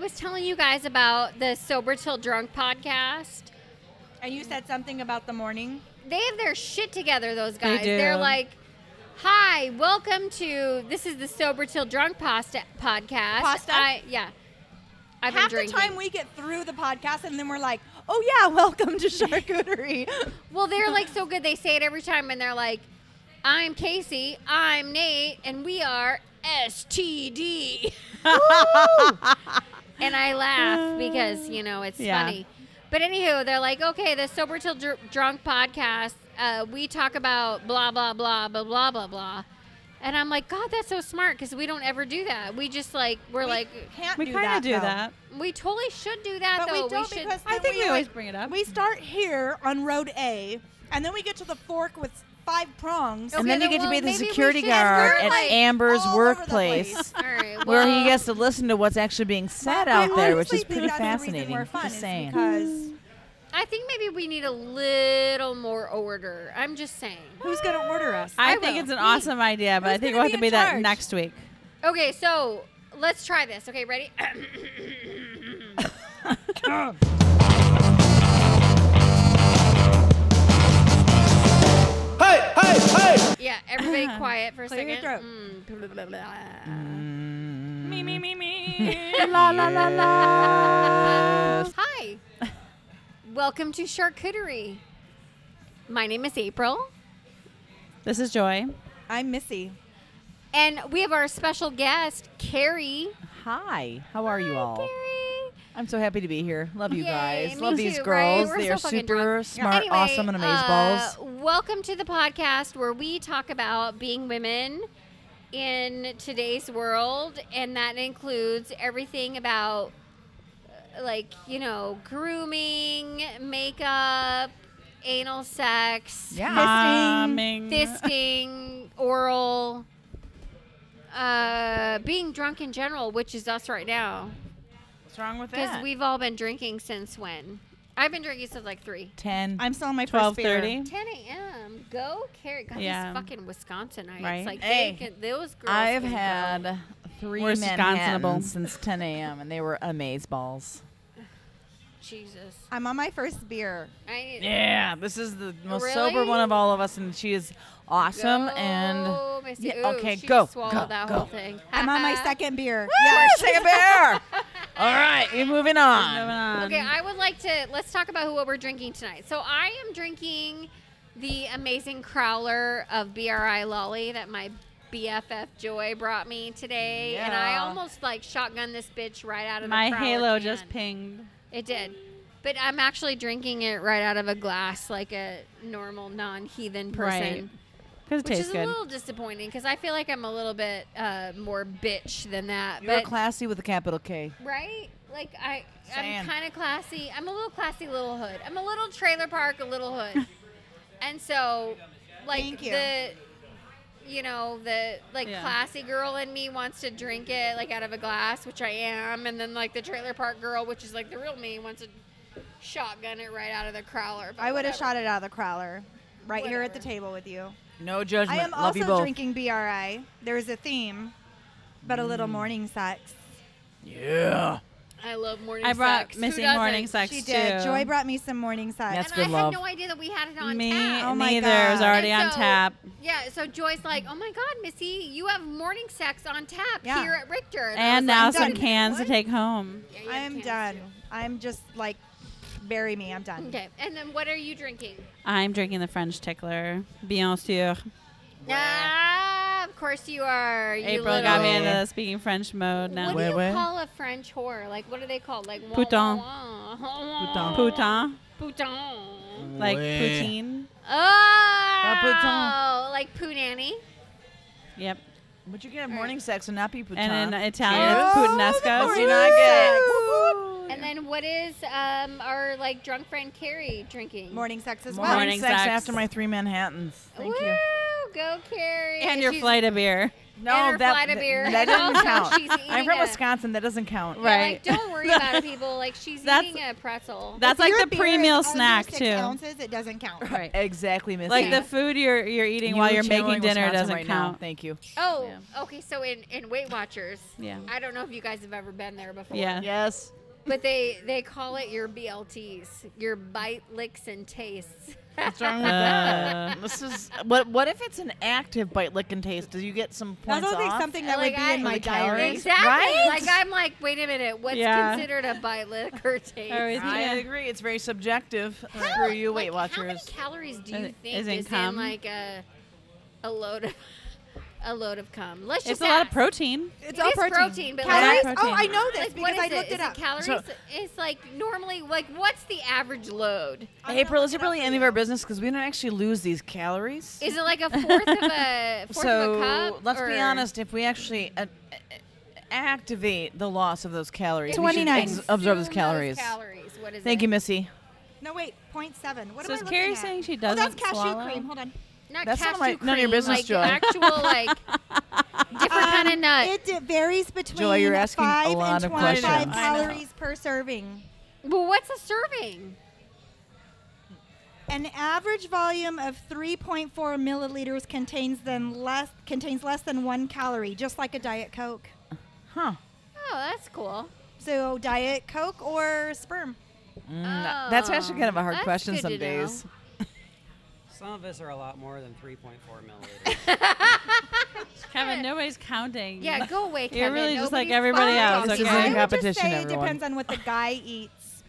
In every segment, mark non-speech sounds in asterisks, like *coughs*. was telling you guys about the Sober Till Drunk podcast. And you said something about the morning. They have their shit together, those guys. do. are like, hi, welcome to this is the Sober Till Drunk pasta, podcast. Pasta? I, yeah. I've Half been the drinking. time we get through the podcast and then we're like, oh yeah, *laughs* welcome to charcuterie. Well, they're like so good. They say it every time, and they're like, "I'm Casey, I'm Nate, and we are STD." and I laugh because you know it's Yeah. funny. But anywho, they're like, "Okay, the sober till Dr- drunk podcast. Uh, we talk about blah blah blah blah blah blah blah." And I'm like, God, that's so smart because we don't ever do that. We just like we're like can't we do kind that. of do though. that. we totally should do that But though. we don't should. because I then think we we always like- bring it up. We start here on road A, and then we get to the fork with five prongs. Okay, and then you then, get to be well, the maybe we security should- guard we're, at like, Amber's all over the workplace, place. *laughs* All right, *laughs* where well- he gets to listen to what's actually being said I out there, which honestly is think pretty that's the reason fascinating. We're fun Just is saying. because I think maybe we need a little more order. I'm just saying. who's gonna order us? I, I think will. it's an Me. awesome idea, but I Who's think gonna be we'll have to in be that charge? next week. Okay, so let's try this. Okay, ready? *coughs* Hey, hey, hey! yeah, *coughs* everybody quiet for a Clear your second. throat. Mm, blah, blah, blah, blah. Me, me, me, me. La la la la. Hi. Welcome to Charcuterie. My name is April, This is Joy. *laughs* I'm Missy. and we have our special guest, Carrie. Hi, how are you all? Carrie. I'm so happy to be here. Love you Yay, guys. me Love these too, right? girls. We're They so are fucking super drunk. smart, Anyway, awesome, and amazing uh, balls. Welcome to the podcast where we talk about being women in today's world, and that includes everything about, uh, like, you know, grooming, makeup, anal sex, Yeah. Calming. fisting, oral, uh, being drunk in general, which is us right now. What's wrong with Because we've all been drinking since when? I've been drinking since like three. 10. I'm still on my first Twelve beer. thirty. 10 a.m. Go carry. God, Yeah. these fucking Wisconsinites. Right. Like, Hey, they can, those girls. I've can Go. had three We're Wisconsinable. Manhattans since 10 a.m., and they were amaze balls. Jesus. I'm on my first beer. I Yeah, this is the most Really? sober one of all of us, and she is awesome. go, *laughs* and Missy. Yeah, Ooh, okay, she go, just swallowed go, that go. whole thing. I'm on my Ha-ha. second beer. yeah, take a beer. all right, we're moving on. Moving *laughs* on. Okay, I would like to. Let's talk about who, what we're drinking tonight. So I am drinking the amazing crowler of BRI Lolly that my BFF Joy brought me today, and I Yeah. almost like shotgun this bitch right out of My the Crowler halo can. just pinged. It did. But I'm actually drinking it right out of a glass like a normal non heathen person. Right. Because it Which is tastes a good. little disappointing because I feel like I'm a little bit uh, more bitch than that. You're but classy with a capital K. right? Like I, I'm Saying. kind of classy. I'm a little classy little hood. I'm a little trailer park, a little *laughs* hood. and so, like Thank you. the, you know, the like Yeah. classy girl in me wants to drink it like out of a glass, which I am, and then like the trailer park girl, which is like the real me, wants to shotgun it right out of the crowler. but I would have whatever. shot it out of the crowler, right here at the Whatever. table with you. No judgment. I am Love you also both. drinking BRI. There is a theme, but a Mm. little morning sex. Yeah. I love morning. I brought sex. Who Missy doesn't? morning sex she too. did. Joy brought me some morning sex. That's- And I good had love. no idea that we had it on Me tap. Oh my neither. It was God. already And on so- tap. Yeah, so Joy's like, "Oh my God, Missy, you have morning sex on tap Yeah. here at Richter." I And was now like, some done. cans to take home. Yeah, you I have am cans done. I'm just like, bury me. I'm too. done. Okay, and then what are you drinking? I'm drinking the French tickler. Bien sûr. Ah, of course you are. You April got me into the speaking French mode now. What do you Wait, wait. call a French whore? Like, what are they called? Like wah, Putain. wah, wah. Putain. Poutin. Putain. Like Ouais. poutine. Oh, like poo nanny. Yep. But you can have morning sex and not be putin. And in Italian, it's Cheers. Oh, poutinesca. Does he not get it? And then what is um, our like drunk friend Carrie drinking? Morning sex as well. Morning, Morning sex, sex. after my three Manhattans. Thank Woo! you. Go Carrie. And your She's- flight of beer. and her flight of th- beer. that And doesn't also count. *laughs* she's I'm eating from a- Wisconsin. That doesn't count. Yeah, Right. Like, don't *laughs* worry about it, people. Like she's That's- eating a pretzel. That's If like your the beer is pre-meal under snack six too. Ounces, it doesn't count. Right. Exactly, Missy. Like Yeah. the food you're you're eating You while you're channeling making dinner Wisconsin doesn't right now. count. Thank *laughs* you. oh, Yeah. okay. So in, in Weight Watchers, Yeah. I don't know if you guys have ever been there before. Yeah. Yes. But they they call it your BLTs, your bite licks and *laughs* tastes. What's wrong with Uh. that? This is what. What if it's an active bite, lick, and taste? Do you get some That's points also like off? something that Like, would be I- in my Like diary. calories? Exactly. Right? Like I'm like, wait a minute, what's Yeah. considered a bite lick *laughs* or taste? Or is- I Yeah. agree. It's very subjective. How- Screw you, like, Weight How many Watchers. calories do Is you it- think is is, in in cum? like a a load of *laughs* a load of cum? Let's just It's a lot of ask. protein. It's It all is protein. protein, but calories? like- Oh, I know this Like, what because is I it? looked Is it up. calories? So- it's like normally like what's the average load? I'm April, gonna is look it up really for any of you. our business? Because we don't actually lose these calories. Is it like a fourth of a fourth so of a cup? let's be or- honest. If we actually uh, uh, activate the loss of those calories, we should 29. ex- absorb those Consume calories. calories. What is Thank it? you, Missy. No, wait, 0.7. What So am I is looking Carrie at? saying she Oh, that's doesn't cashew swallow? cream. Hold on. Not That's cashew none of my- cream, none of your business, like Joy. *laughs* actual like different kind of nut. Um, It d- varies between Joy, you're asking a 5 and lot of 25 questions. I know. calories per serving. well, what's a serving? An average volume of 3.4 milliliters contains then less contains less than one calorie, just like a diet coke. Huh? Oh, that's cool. So diet coke or sperm. Mm, that's actually kind of a hard Oh, question that's good some to know. days. Some of us are a lot more than 3.4 *laughs* milliliters. Kevin, nobody's counting. *laughs* Yeah, go away, Kevin. You're really just like Nobody's everybody following else, you. This okay. I isn't a would just competition, say everyone. it depends on what the guy eats.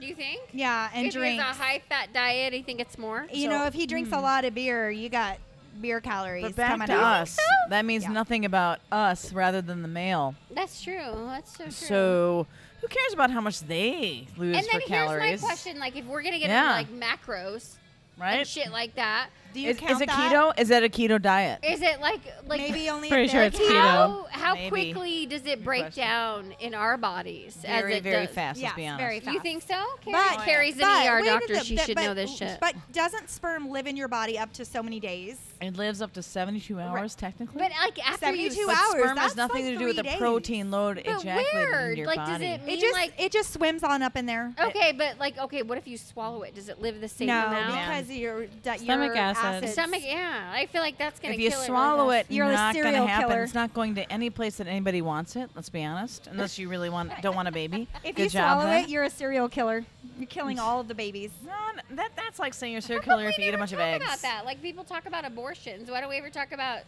Do you think? Yeah, and if drinks. it's a high hmm. fat diet, you think it's more? you know, if he drinks a lot of beer, you got beer calories But back coming to *laughs* out. us. That means Yeah. nothing about us rather than the male. That's true. That's so true. So who cares about how much they lose and then for here's calories? my question: like, if we're gonna get Yeah. into like macros Right? and shit like that, Do you Is, count is it that? keto? Is that a keto diet? is it like like Maybe only. Pretty if sure they're it's keto. keto. how how Maybe. quickly does it break question. down in our bodies very, as it very does? fast. Yes, let's be honest. very You fast. think so? Carrie, But- Carrie's an But ER wait a doctor. minute, she but- should but- know this shit. But doesn't sperm live in your body up to so many days? It lives up to 72 hours technically. But, like after you, 72 But hours, sperm that's has nothing like to do with the three days. protein load But ejaculated where? in your Like, does body. it- mean, It just like- it just swims on up in there. okay, but like okay, what if you swallow it? Does it live the same no, amount? because your di- Stomach your acids- acid. Stomach, yeah. I feel like that's gonna if you kill swallow it, really You're a it's not going to serial happen. killer. It's not going to any place that anybody wants it. Let's be honest, unless you really want don't want a baby. If Good you job, swallow then. it, you're a serial killer. You're killing all of the *laughs* babies. No, n- that that's like saying you're a fast. serial killer But if we you eat a never bunch of talk eggs. About that, like people talk about abortions. Why don't we ever talk about?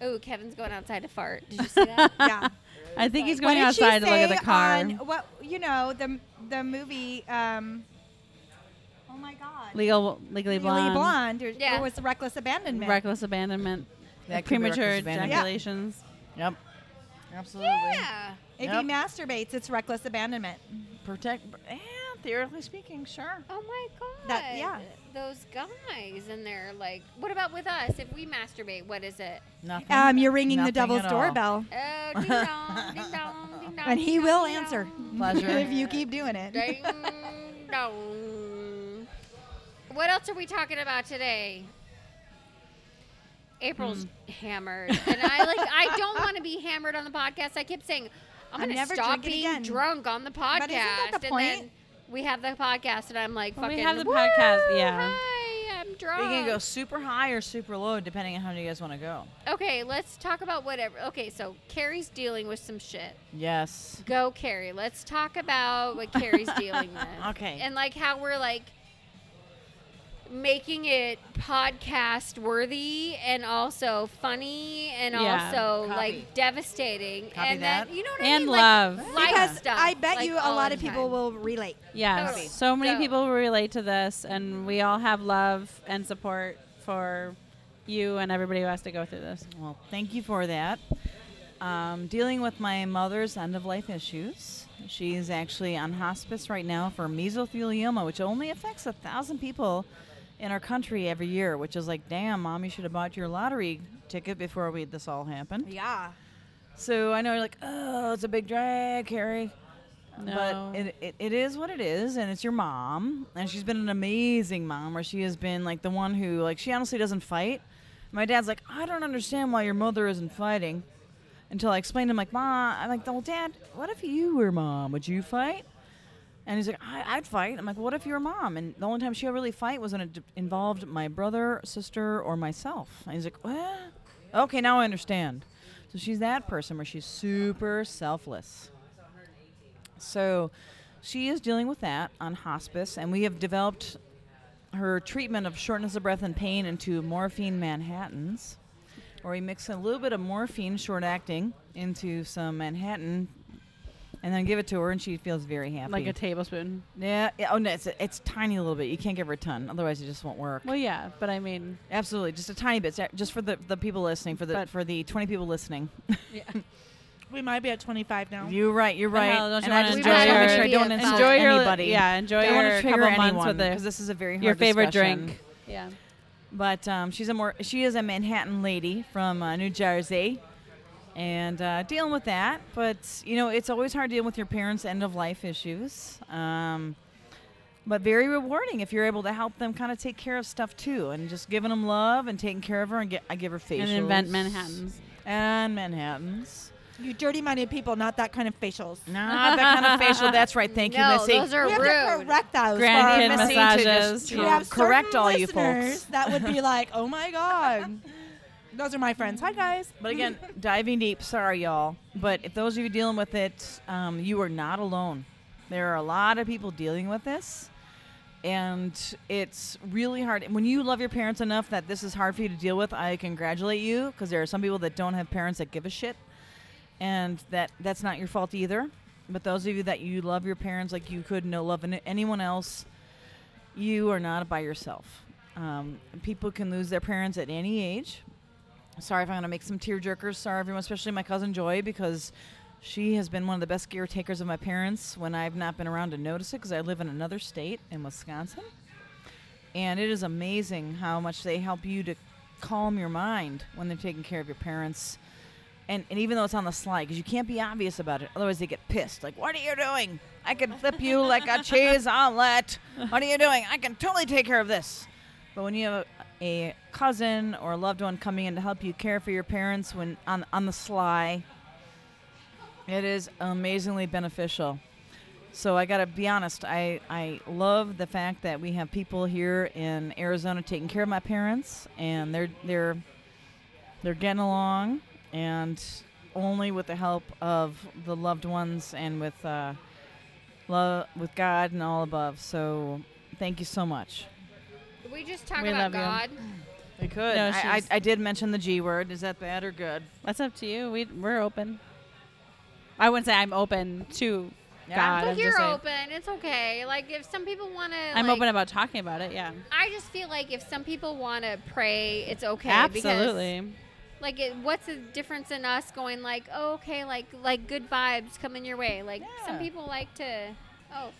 Oh, Kevin's going outside to fart. Did you see that? Yeah. I think he's What going did she outside to look at say the car. On what you know the the movie? Um, oh my God. Legal, legally Legally blonde. blonde, or, Yeah. or was reckless abandonment? Reckless abandonment. That could be reckless premature abandonment. Yeah. ejaculations. Yep. Absolutely. yeah. if Yep. he masturbates, it's reckless abandonment. Protect. Yeah, theoretically speaking, sure. Oh my god. That- yeah. Those guys and they're like, what about with us? If we masturbate, what is it? Nothing. Um, you're ringing Nothing the devil's at all. doorbell, Oh, ding dong, ding dong, ding dong. and he ding will dong, ding answer dong. *laughs* Pleasure. if you keep doing Ding *laughs* it. dong. What else are we talking about today? April's hammered, and I like. I don't want to be hammered on the podcast. I kept saying I'm I'm gonna never stop drinking being again. drunk on the podcast, But isn't that the and then point? we have the podcast, and I'm like, Well, we fucking, have the "Woo, podcast, yeah." Hi, I'm drunk. You can go super high or super low, depending on how you guys want to go. Okay, let's talk about whatever. Okay, so Carrie's dealing with some shit. Yes. Go, Carrie. Let's talk about what *laughs* Carrie's dealing with. Okay. And like how we're like making it podcast worthy and also funny and Yeah. also Copy. like devastating. Copy and that. then you know what I And mean? love. Like, life Because stuff, I bet like, you a all lot the of people time. will relate. Yeah, Totally. so many So- people relate to this, and we all have love and support for you and everybody who has to go through this. Well, thank you for that. Um, dealing with my mother's end of life issues. She's actually on hospice right now for mesothelioma, which only affects a thousand people in our country every year. Which is like, damn, mom, you should have bought your lottery ticket before we this all happened. Yeah. So I know you're like, oh, it's a big drag, Carrie. No. But it, it, it is what it is, and it's your mom. And she's been an amazing mom where she has been like the one who, like, she honestly doesn't fight. My dad's like, I don't understand why your mother isn't fighting. Until I explained to him, like, Ma, I'm like, well, Dad, what if you were mom? Would you fight? And he's like, I, I'd fight. I'm like, what if you were mom? And the only time she'll really fight was when it d- involved my brother, sister, or myself. And he's like, what? Okay, now I understand. So she's that person where she's super selfless. So she is dealing with that on hospice, and we have developed her treatment of shortness of breath and pain into morphine Manhattans, where we mix a little bit of morphine short acting into some Manhattan, and then give it to her, and she feels very happy. like a tablespoon. yeah, yeah. Oh no, it's it's tiny a little bit. You can't give her a ton, otherwise it just won't work. Well, yeah, but I mean, Absolutely, just a tiny bit, sa- just for the, the people listening, for the But- for the twenty people listening. We might be at 25 now. You're right. You're right. hell, don't you and I wanna just enjoy want to make your- sure I don't Maybe insult about enjoy your anybody. yeah, enjoy I don't want your to couple trigger months anyone with because the, this is a very hard your favorite discussion. drink. Yeah, But um, she's a more she is a Manhattan lady from uh, New Jersey, and uh, dealing with that. But you know, it's always hard dealing with your parents' end of life issues. Um, but very rewarding if you're able to help them kind of take care of stuff too, and just giving them love and taking care of her and get, I give her facials and invent Manhattan's. and *laughs* Manhattan's. You dirty-minded people, not that kind of facials. Not that kind of facial. That's right. Thank *laughs* you, no, Missy. those are We have to rude. correct those. for our Grandkid Missy missing- to just massages. We yeah. have Correct certain all you listeners folks. That would be like, oh my god. *laughs* Those are my friends. Hi guys. But again, diving deep. Sorry, y'all. But if those of you dealing with it, um, you are not alone. There are a lot of people dealing with this, and it's really hard. And When you love your parents enough that this is hard for you to deal with, I congratulate you because there are some people that don't have parents that give a shit, and that that's not your fault either. But those of you that you love your parents like you could no love an- anyone else, you are not by yourself. Um, people can lose their parents at any age. Sorry if I'm going to make some tearjerkers. Sorry, everyone, especially my cousin Joy, because she has been one of the best caretakers of my parents when I've not been around to notice it because I live in another state in Wisconsin. And it is amazing how much they help you to calm your mind when they're taking care of your parents. And, and even though it's on the slide, because you can't be obvious about it, otherwise they get pissed. Like, what are you doing? I can flip you like a cheese omelet. What are you doing? I can totally take care of this. But when you have a, a cousin or a loved one coming in to help you care for your parents when on on the sly, it is amazingly beneficial. So I gotta be honest, I, I love the fact that we have people here in Arizona taking care of my parents and they're they're they're getting along and only with the help of the loved ones and with uh, love with God and all above. So thank you so much. We just talk We about love you. God. They could. No, I, I, she's- I did mention the G word. Is that bad or good? That's up to you. We we're open. I wouldn't say I'm open to God. But I'm you're just saying- open. It's okay. Like if some people want to, I'm open about talking about it. Yeah, I just feel like if some people want to pray, it's okay. Because absolutely. like it, what's the difference in us going like oh, okay like like good vibes coming your way like some Yeah. people like to oh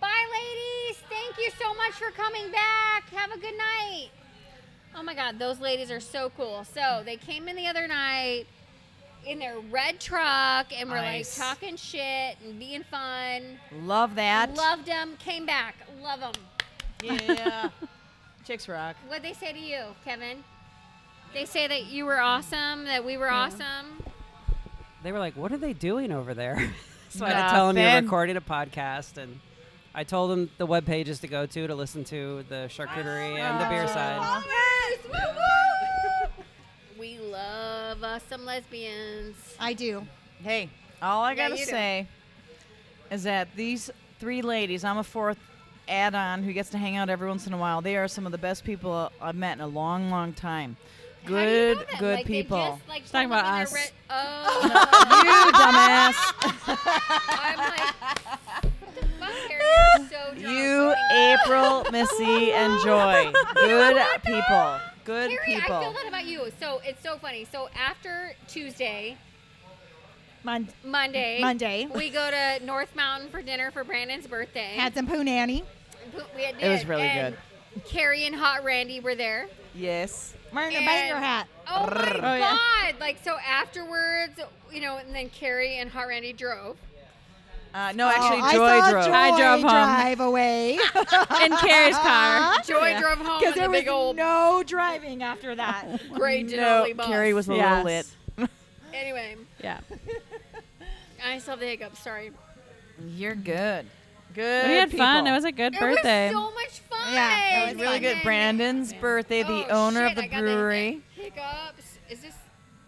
bye ladies thank you so much for coming back have a good night oh my god those ladies are so cool so they came in the other night in their red truck and were Nice. like talking shit and being fun Love that. loved them came back love them *laughs* Yeah. Chicks rock. what'd they say to you kevin they say that you were awesome that we were awesome They were like, "What are they doing over there?" *laughs* so I had to Nothing. tell them you're recording a podcast, and I told them the web pages to go to to listen to the charcuterie and Ah. the beer side. *laughs* We love us some lesbians. I do. Hey, all I Yeah, gotta you do. say is that these three ladies, I'm a fourth add-on who gets to hang out every once in a while. They are some of the best people I've met in a long, long time. How do you Good, know them? good Like, they people. just, like, Talking show up about in their us. red- *laughs* oh, you *laughs* dumbass. I'm like, *laughs* what the fuck? *laughs* They're so drunk. *laughs* You, Like, April, Missy, and *laughs* Joy. Good people. Good Carrie, I feel people. that about you. So it's so funny. So after Tuesday, Mon- Monday, Monday. we go to North Mountain for dinner for Brandon's birthday. Had some poo nanny. we had It was did, really and Carrie and Hot Randy were there. Yes. Wearing a And- banger hat. Oh my Oh, Oh, yeah. god! Like so afterwards, you know, and then Carrie and Hot Randy drove, Uh, no, actually, oh, Joy I saw drove. Joy I drove home. *laughs* drive away in Carrie's car. *laughs* Joy Yeah. drove home with because there a was Oh, big old no driving *laughs* after that. gray no, Denali bus. Carrie was a Yes. little lit. Anyway, Yeah. I still have the hiccups. Sorry. You're good. Good. we had people. fun. It was a good birthday. It was so much fun. Yeah, It was really good. Brandon's birthday, the Oh, owner shit, of I the got brewery. Hiccups. Is this?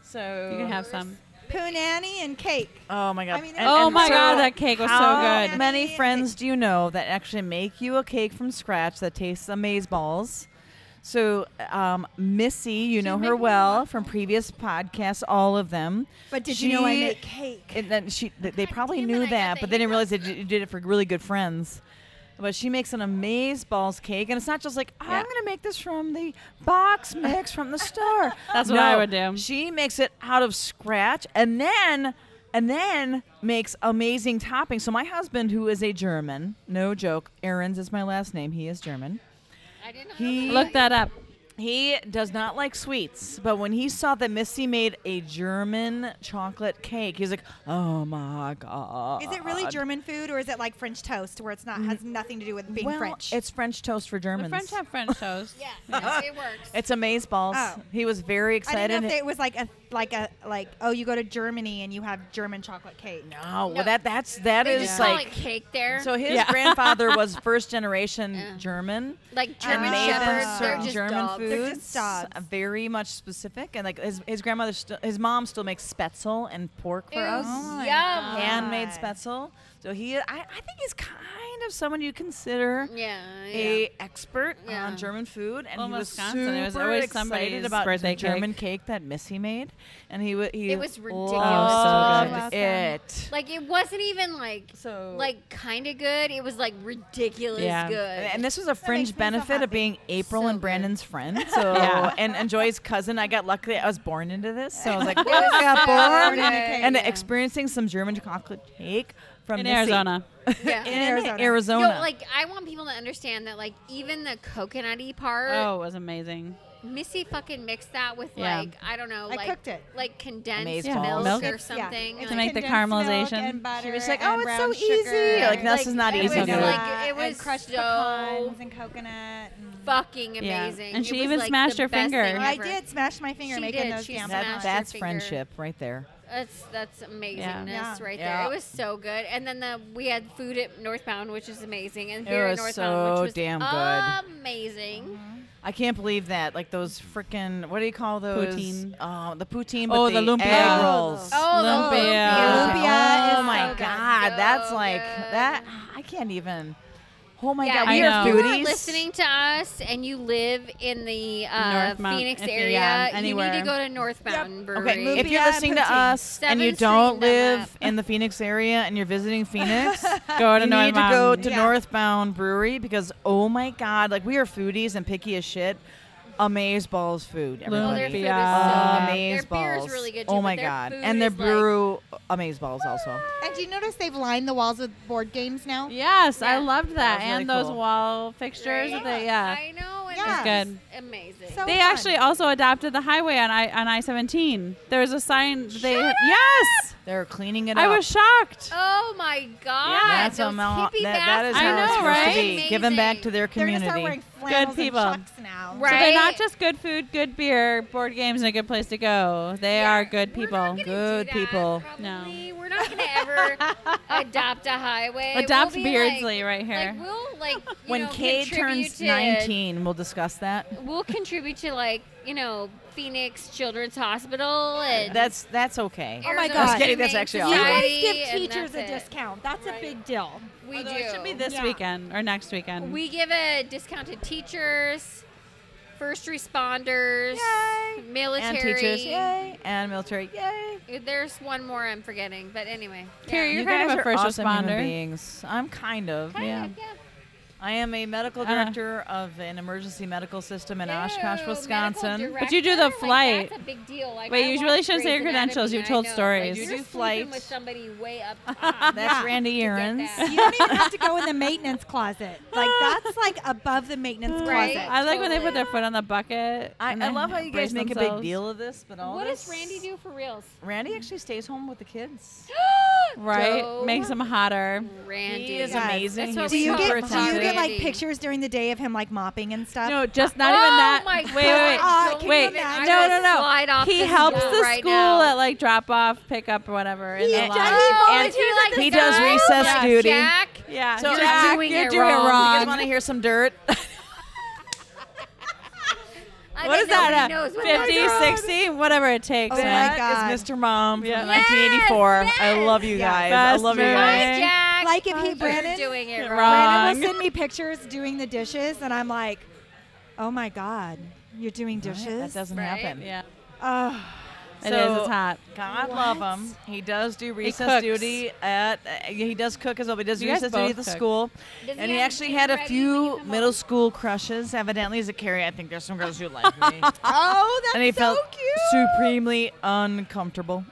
So you can have some. Poonanny and cake. Oh my god! I mean, And- oh and my so god, that cake was so how good. Many friends do you know that actually make you a cake from scratch that tastes amaze balls? So um, Missy, you know her well from previous podcasts, all of them. But did you know I She- make cake? And then she, th- they probably damn it, I knew got that, the but they didn't realize they d- did it for really good friends. But she makes an amaze balls cake, and it's not just like Yeah. I'm gonna make this from the box mix from the store. *laughs* That's what I would do. She makes it out of scratch, and then and then makes amazing toppings. So my husband, who is a German, no joke, Aaron's is my last name. He is German. I didn't. He Look that up. he does not like sweets, but when he saw that Missy made a German chocolate cake, he was like, "Oh my god!" Is it really German food or is it like French toast where it's not has nothing to do with being well, French? It's French toast for The Germans. French have *laughs* French toast. Yeah, no, it works. It's amaze balls. Oh. He was very I didn't excited. know if it was like a like a like oh you go to Germany and you have German chocolate cake. no, *laughs* No. Oh, well that that's that they is just call like it cake there. so. His Yeah. grandfather was first generation Yeah. German. like and German made them shepherds, they're certain just German dogs. They're foods, just dogs. uh, very much specific, and like his, his grandmother, st- his mom still makes spetzel and pork for Ew, us. Oh yum. God. handmade Ah. God. spetzel. So he, I, I think he's kind of someone you consider Yeah. Mm, yeah. a expert Yeah. on German food, and Well, he was Wisconsin, super there was always excited somebody's about birthday the German cake. cake that Missy made, and he wa- he It was ridiculous. loved Oh, So good. it. Like it wasn't even like So like kind of good. It was like ridiculous yeah, good. and this was a makes me fringe so benefit happy. of being April So and good. Brandon's friend. *laughs* So Yeah. and, and Joy's cousin. I got lucky. I was born into this, so I was *laughs* like, It was "Woo!" so *laughs* born good. in a cake. and Yeah. experiencing some German chocolate cake from In Missy. Arizona. Yeah. in Arizona. Arizona. Yo, Arizona. like I want people to understand that, like even the coconutty Er, part, Oh, it was amazing. Missy fucking mixed that with Yeah. like I don't know, I like cooked it. like condensed Amazed Yeah. milk, Milk. or It's- yeah, something. it's like, make the condensed milk caramelization. and butter She was like, and "Oh, it's brown so sugar." easy." Like, no, this is not it easy. Was, Okay. like, it was and crushed so pecans and coconut. and- fucking Yeah. amazing, And It she was, even like, smashed the her best finger. thing I ever. did smash my finger She making did. those She damn smashed That, her donuts. that's finger. friendship right there. That's that's amazingness Yeah. right Yeah. there. It was so good. And then the we had food at Northbound, which is amazing, and It here at was Northbound, so which was damn good. amazing. I can't believe that. Like those freaking what do you call those? Poutine. Oh, the poutine. But Oh, the lumpia. egg Oh, rolls. Oh, the Lumpia. lumpia. Lumpia Oh is my so good. god, So that's like good. that. I can't even. Oh my Yeah, god, we if are know. you foodies. are listening to us and you live in the uh, North Mount- Phoenix if you- area, yeah, you need anywhere. to go to North Mountain Brewery. Okay, if Lumpia you're and listening to poutine. us and you Seventh don't Street, that live map. in the Phoenix area and you're visiting Phoenix, Go to you North need to go Mountain. to Yeah. Northbound Brewery because oh my god, like we are foodies and picky as shit. Amaze balls food, Oh, everybody. their food is so Lumpia. good. Amaze Their beer balls. is really good too. oh but my their god, food and their is, like- brew amaze balls also. And do you notice they've lined the walls with board games now? Yes, Yeah. I loved that, was really and those cool. wall fixtures. Right? That they, yeah, I know. And Yeah. it's It's good. Amazing. So they fun. actually also adopted the highway on I on I seventeen. There was a sign. They yes, They're cleaning it I up. was shocked. oh my god. That's those how Mount- hippie that, that is bastards how I it's know, supposed are right? to be. Given back to amazing. their They're gonna community. start wearing flannels people. and chucks now. Right. So they're not just good food, good beer, board games, and a good place to go. They Yeah, are good we're not people. gonna Good do that, people. Probably. No, we're not gonna ever adopt a highway. Adopt we'll be Beardsley like, right here. Like we'll like you when know, Kay contribute turns to- 19, we'll discuss that. we'll contribute to like you know Phoenix Children's Hospital and That's that's okay. Oh my Arizona God. Just kidding, that's Humane actually You awesome. guys Society, give and teachers a that's it. discount. That's a big deal. We Although do. It should be this Yeah. weekend or next weekend. We give a discount to teachers, first responders, military. And teachers, yay! And military, yay! There's one more I'm forgetting, but anyway. Carrie, yeah. You're you kind guys of a are first awesome human responder. beings. I'm kind of, Kind yeah. of, yeah. I am a medical Uh. director of an emergency medical system in Oshkosh, Ew, Wisconsin. medical But you do the director? Like, flight. that's a big deal. Like, Wait, I you watched really shouldn't say Grey's your Anatomy, credentials. You've I told know, like, stories. you're You do sleeping flight. with somebody way up. top That's Yeah. Randy to get Aaron's. that. You don't even have to go in the maintenance closet. Like that's like above the maintenance *laughs* Right. closet. I like when they put their Totally. foot on the bucket. I, and I then love how you guys brace make a big themselves. deal of this, but all What this. does Randy do for *gasps* reals? Randy actually stays home with the kids. Right? Go Makes them hotter. Randy. He is Yes. amazing. That's what He's Do we you call super get do you get attentive. like Randy. pictures during the day of him like mopping and stuff? No, just not even Oh that. my wait, wait, God, wait. can you wait. imagine? No, I'm no, gonna no. slide off he this helps wall the right school now. at like drop off, pick up, whatever. in He the does- lot. he Oh, And is he like he the does guy? recess Yes, duty. Jack? yeah. So- So You're Jack, doing you're it doing it wrong. You wrong. guys want to hear some *laughs* dirt? I what think is that? nobody uh, knows what that 50, is. God. 60, whatever it takes. Oh man. my That is Mr. Mom from Yeah. 1984. I Yes, love you yes. guys. Best I love you movie. guys. Hi, Jack. Like if he You're Brandon- doing it Wrong. wrong. Brandon will send me pictures doing the dishes, and I'm like, "Oh my god, you're doing dishes." That doesn't Right? happen. Yeah. *laughs* Oh, It is. So- It's hot. God What? love him. He does do recess cooks. duty at. Uh, he does cook as well. But he does You guys recess duty at both the cook. school. Does and he he have actually dinner had a ready when you few come middle home? school crushes. Evidently, as a carry, I think there's some girls who like *laughs* me. oh, that's and he so felt cute. supremely uncomfortable.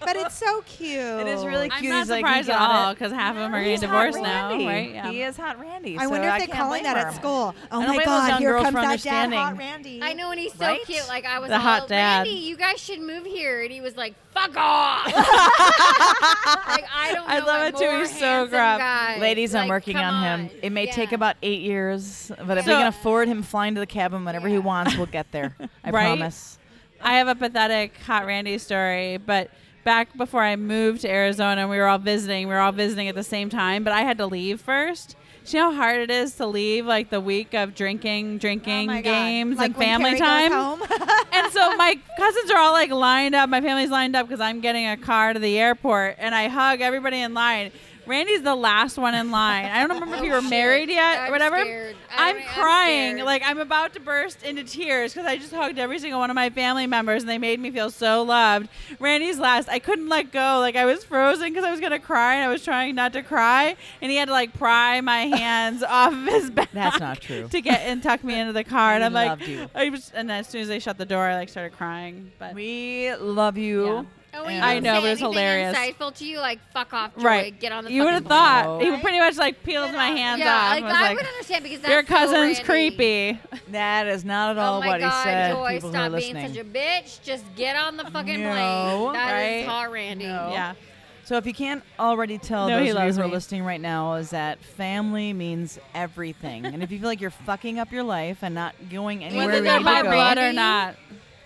But it's so cute. It is really I'm cute. not He's like, surprised he at got all it. because half of them are He's getting hot divored now, Randy. right? Yeah. He is hot Randy. I so wonder if they can't call him blame that her. at school. Oh I don't my blame those god, young here girls comes for that dad, hot understanding. Randy. I know, and he's so Right? cute. Like I was The all, hot dad. Randy, you guys should move here, and he was like, "Fuck off!" like I Oh, don't. Know I love a it, too. more He's so handsome gruff. guy. Ladies, I'm Like, working come on, him. It may take Yeah. about eight years, but if So- we can afford him flying to the cabin whenever he Yeah. wants, we'll get *laughs* there. I Right? promise. I have a pathetic hot Randy story, but back before I moved to Arizona, we were all visiting. We were all visiting at the same time, but I had to leave first. Do you know how hard it is to leave like the week of drinking, Oh drinking my God. games like and when family Carrie time? Goes home. and so my cousins are all like lined up. My family's lined up because I'm getting a car to the airport, and I hug everybody in line. Randy's the last one in line. I don't remember if you *laughs* Oh, were shit. married yet I'm or whatever. scared. I I'm mean, I'm crying. scared. like I'm about to burst into tears because I just hugged every single one of my family members, and they made me feel so loved. Randy's last. I couldn't let go. Like I was frozen because I was gonna cry, and I was trying not to cry. And he had to like pry my hands *laughs* off of his back That's *laughs* not true. to get and tuck me into the car. And We I'm like, loved you. I was, and as soon as they shut the door, I like started crying. But We love you. Yeah. Oh, he I didn't know, say but it was anything hilarious. Insightful to you, like fuck off, Joy. right, Get on the. you would have fucking thought plane. he pretty much like peeled my hands yeah, off. Like, and was I like, would understand because that's your so cousin's Randy. creepy. That is not at all Oh my what God, he said. Joy, people who stop are being listening. such a bitch. Just get on the fucking No, plane. That is right? hot, Randy. No. Yeah, so if you can't already tell No, he those of you loves who are me. listening right now is that family means everything. and if you feel like you're fucking up your life and not going anywhere whether we they're need by to go. blood or Randy? not.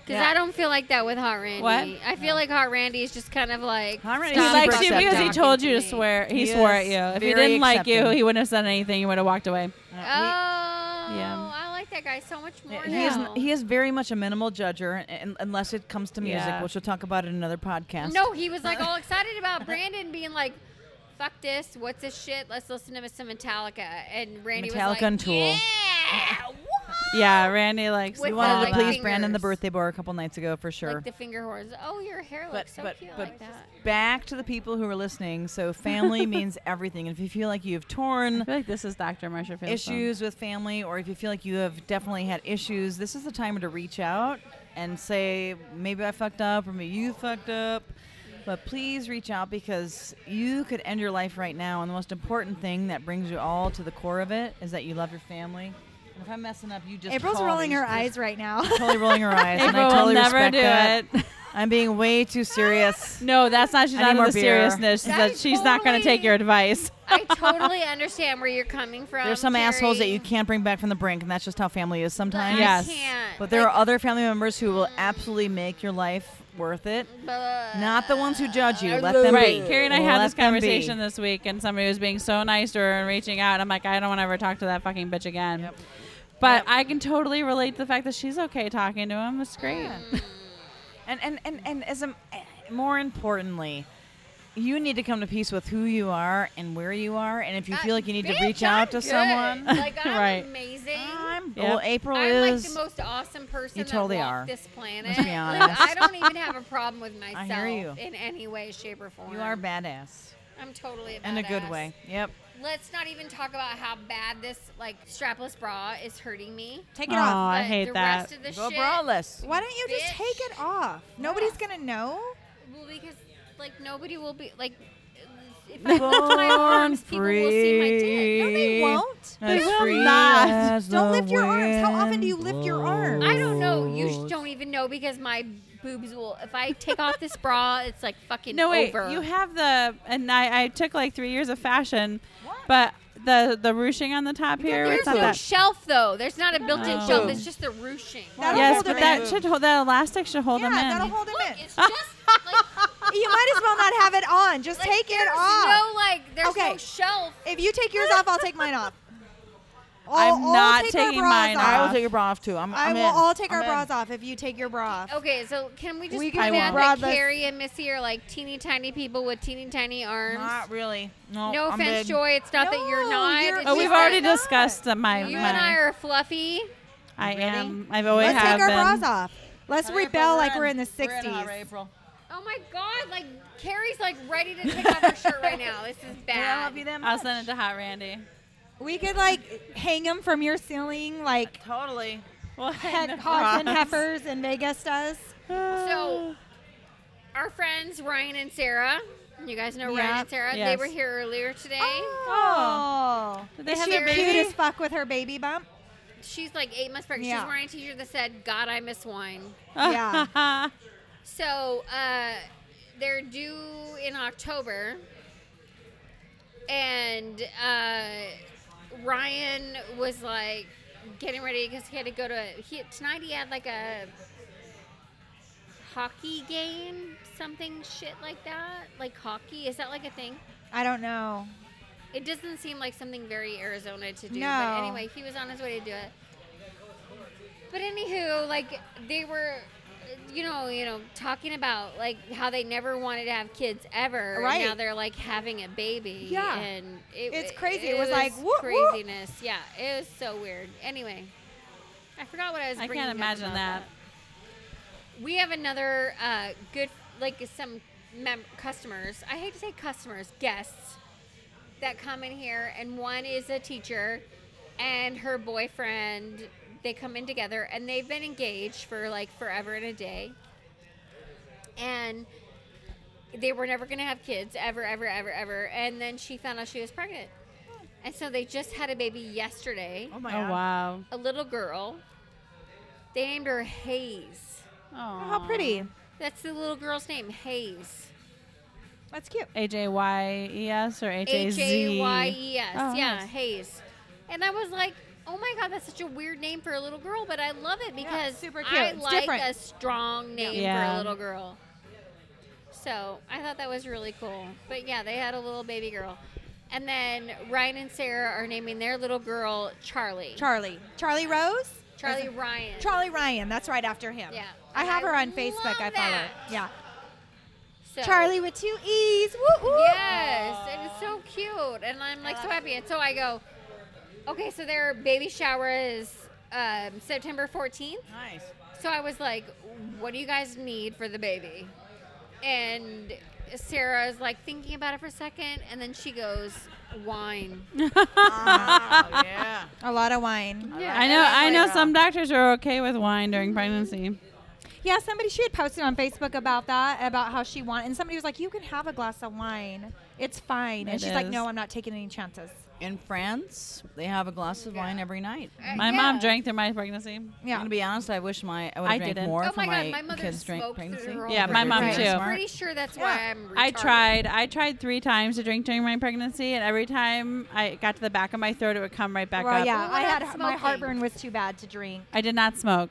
Because Yeah. I don't feel like that with Hot Randy. What? I feel like Hot Randy is just kind of like. Hot Randy's He Stop likes you accepting. because he told you to me. swear. He, He swore at is you. If he very didn't like you, accepting. he wouldn't have said anything. He would have walked away. Oh, Uh, I like that guy so much he- more he is, now. he is very much a minimal judger, un- unless it comes to music, Yeah. which we'll talk about in another podcast. no, he was like all excited about Brandon being like, "Fuck this! What's this shit? Let's listen to some Metallica." And Randy Metallica was like, and Tool. "Yeah, Yeah, Randy likes. With we all wanted the, to that. please Brandon the fingers. birthday bar a couple nights ago for sure. like the finger horns. Oh, your hair but looks so but, cute. I but *laughs* like that. back to the people who are listening. *laughs* So family means everything. And if you feel like you have torn I feel like this is Dr. Marsha Field's issues with family, or if you feel like you have definitely had issues, this is the time to reach out and say, maybe I fucked up, or maybe you fucked up. But please reach out because you could end your life right now. And the most important thing that brings you all to the core of it is that you love your family. And if I'm messing up, you just April's call rolling these her people. eyes right now. Totally rolling her *laughs* eyes. phone. and I April totally will never respect do that. it. I'm being way too serious. No, that's not. She's I not need in more the beer. seriousness. She's That that is she's not going to take totally- your advice. I totally understand where you're coming from. There's some assholes that Carrie. you can't bring back from the brink, and that's just how family is But sometimes. I Yes. can't. But there Like, are other family members who will absolutely make your life worth it. but- Not the ones who judge you. Let them Right. be. Carrie and I had Let this them be. conversation this week, and somebody was being so nice to her and reaching out. And I'm like, I don't want to ever talk to that fucking bitch again. But I can totally relate to the fact that she's okay talking to him. It's great. And and and and as a, more importantly, you need to come to peace with who you are and where you are. And if you feel like you need to Bitch, reach out I'm to good. someone, Like I'm Right. amazing. *laughs* I'm. Yep. Well, April I'm like is. the most awesome person You totally that walked are. this planet. be Like, I don't even have a problem with *laughs* myself hear you. in any way, shape, or form. you are badass I'm totally a badass. in a good way. Yep. Let's not even talk about how bad this like strapless bra is hurting me. *laughs* Take it Aw. off. I But hate the that. Rest of the Go shit, braless. Why don't you just Bitch. take it off? Nobody's gonna know. Well, because like nobody will be like. If I lift my arms, people will see my dick. No, they won't. They As will free not. as Don't the lift your arms. How often do you wind lift your blows. arms? I don't know. You sh- don't even know because my boobs will. If I take off this bra, it's like fucking No wait, over. you have the and I, I took like three years of fashion, but the the ruching on the top here. There's it's not no that. shelf though. There's not a built-in Oh. shelf. It's just the ruching. That'll yes, hold but them that in. should hold that elastic should hold yeah, them that'll in. hold them Look, in. it's just *laughs* like, You might as well not have it *laughs* on. Just like take it there's off. no like there's Okay. no shelf. If you take yours off, I'll take mine off. All- I'm all not take our taking bras mine off. off. I will take your bra off too. I'm, I I'm will in. all take our I'm bras in. off if you take your bra off. Okay, so can we just We point can out wear that braless. Carrie and Missy are like teeny tiny people with teeny tiny arms? Not really. No, no I'm offense, big. Joy. It's not that you're No, not. you're- it's Oh, just we've that already not. discussed that my, You my and I are fluffy. I Really? am. I've always Let's have take our been. bras off. Let's Hot April, rebel like in. we're in the We're in hot 60s. April. Oh my god, like Carrie's like ready to take off her shirt right now. This *laughs* is I bad. love you that I'll much. send it to Hot Randy. We could like hang them from your ceiling *laughs* like Totally. Well, head hogs and heifers and Vegas does. Oh. So, our friends Ryan and Sarah, you guys know Ryan Yeah. and Sarah. They Yes. were here earlier today. Oh. Did they Is have she their cute baby? as fuck with her baby bump? She's like eight months pregnant. Yeah. She's wearing a T-shirt that said "God, I miss wine." *laughs* Yeah. So uh, they're due in October, and uh, Ryan was like getting ready because he had to go to he, tonight. He had like a hockey game, something shit like that. Like hockey, is that like a thing? I don't know. It doesn't seem like something very Arizona to do. No. But anyway, he was on his way to do it. But anywho, like they were, you know, you know, talking about like how they never wanted to have kids ever. and Right. now they're like having a baby. Yeah. And it, It's crazy. It was like, whoop, whoop. craziness. Yeah. It was so weird. Anyway, I forgot what I was. I bringing can't up Oh, imagine about that. we have another uh, good like some mem- customers i hate to say customers guests that come in here and one is a teacher and her boyfriend they come in together and they've been engaged for like forever and a day and they were never going to have kids ever ever ever ever and then she found out she was pregnant and so they just had a baby yesterday Oh Oh, my god. wow. a little girl they named her hayes Oh, Oh, how pretty. that's the little girl's name, Hayes. That's cute. A J Y E S or H A H Z? A Y E S. Oh, Yeah, nice. Hayes. And I was like, oh my God, that's such a weird name for a little girl, but I love it because super cute. I It's like different. a strong name for a Yeah. little girl. So I thought that was really cool. But yeah, they had a little baby girl. And then Ryan and Sarah are naming their little girl Charlie. Charlie. Charlie Rose? Charlie Ryan. Charlie Ryan. That's right after him. Yeah. I And have I her on love Facebook. I follow her. that. Yeah. So- Charlie with two E's. Woo woo. Yes, it was so cute, and I'm like so happy. And so I go, okay, so their baby shower is um, September 14th. Nice. So I was like, what do you guys need for the baby? And Sarah's like thinking about it for a second, and then she goes, wine. Oh, yeah. A lot of wine. Yeah, I know. I know some doctors are okay with wine during pregnancy. Yeah, somebody she had posted on Facebook about that, about how she wanted, and somebody was like, "You can have a glass of wine. It's fine." And It she's like, is. "No, I'm not taking any chances." In France, they have a glass of wine every night. uh, My mom drank through my pregnancy. I'm Yeah. gonna be honest. I wish my I would I have drank didn't. more Oh for my my, god, my mother kids drank smoked pregnancy. through her Yeah, whole my mom pregnancy. too. I'm pretty sure that's why Yeah. I'm. Retarded. I tried. I tried three times to drink during my pregnancy, and every time I got to the back of my throat, it would come right back Well, up. yeah, Well, I what had about my smoking? heartburn was too bad to drink. I did not smoke.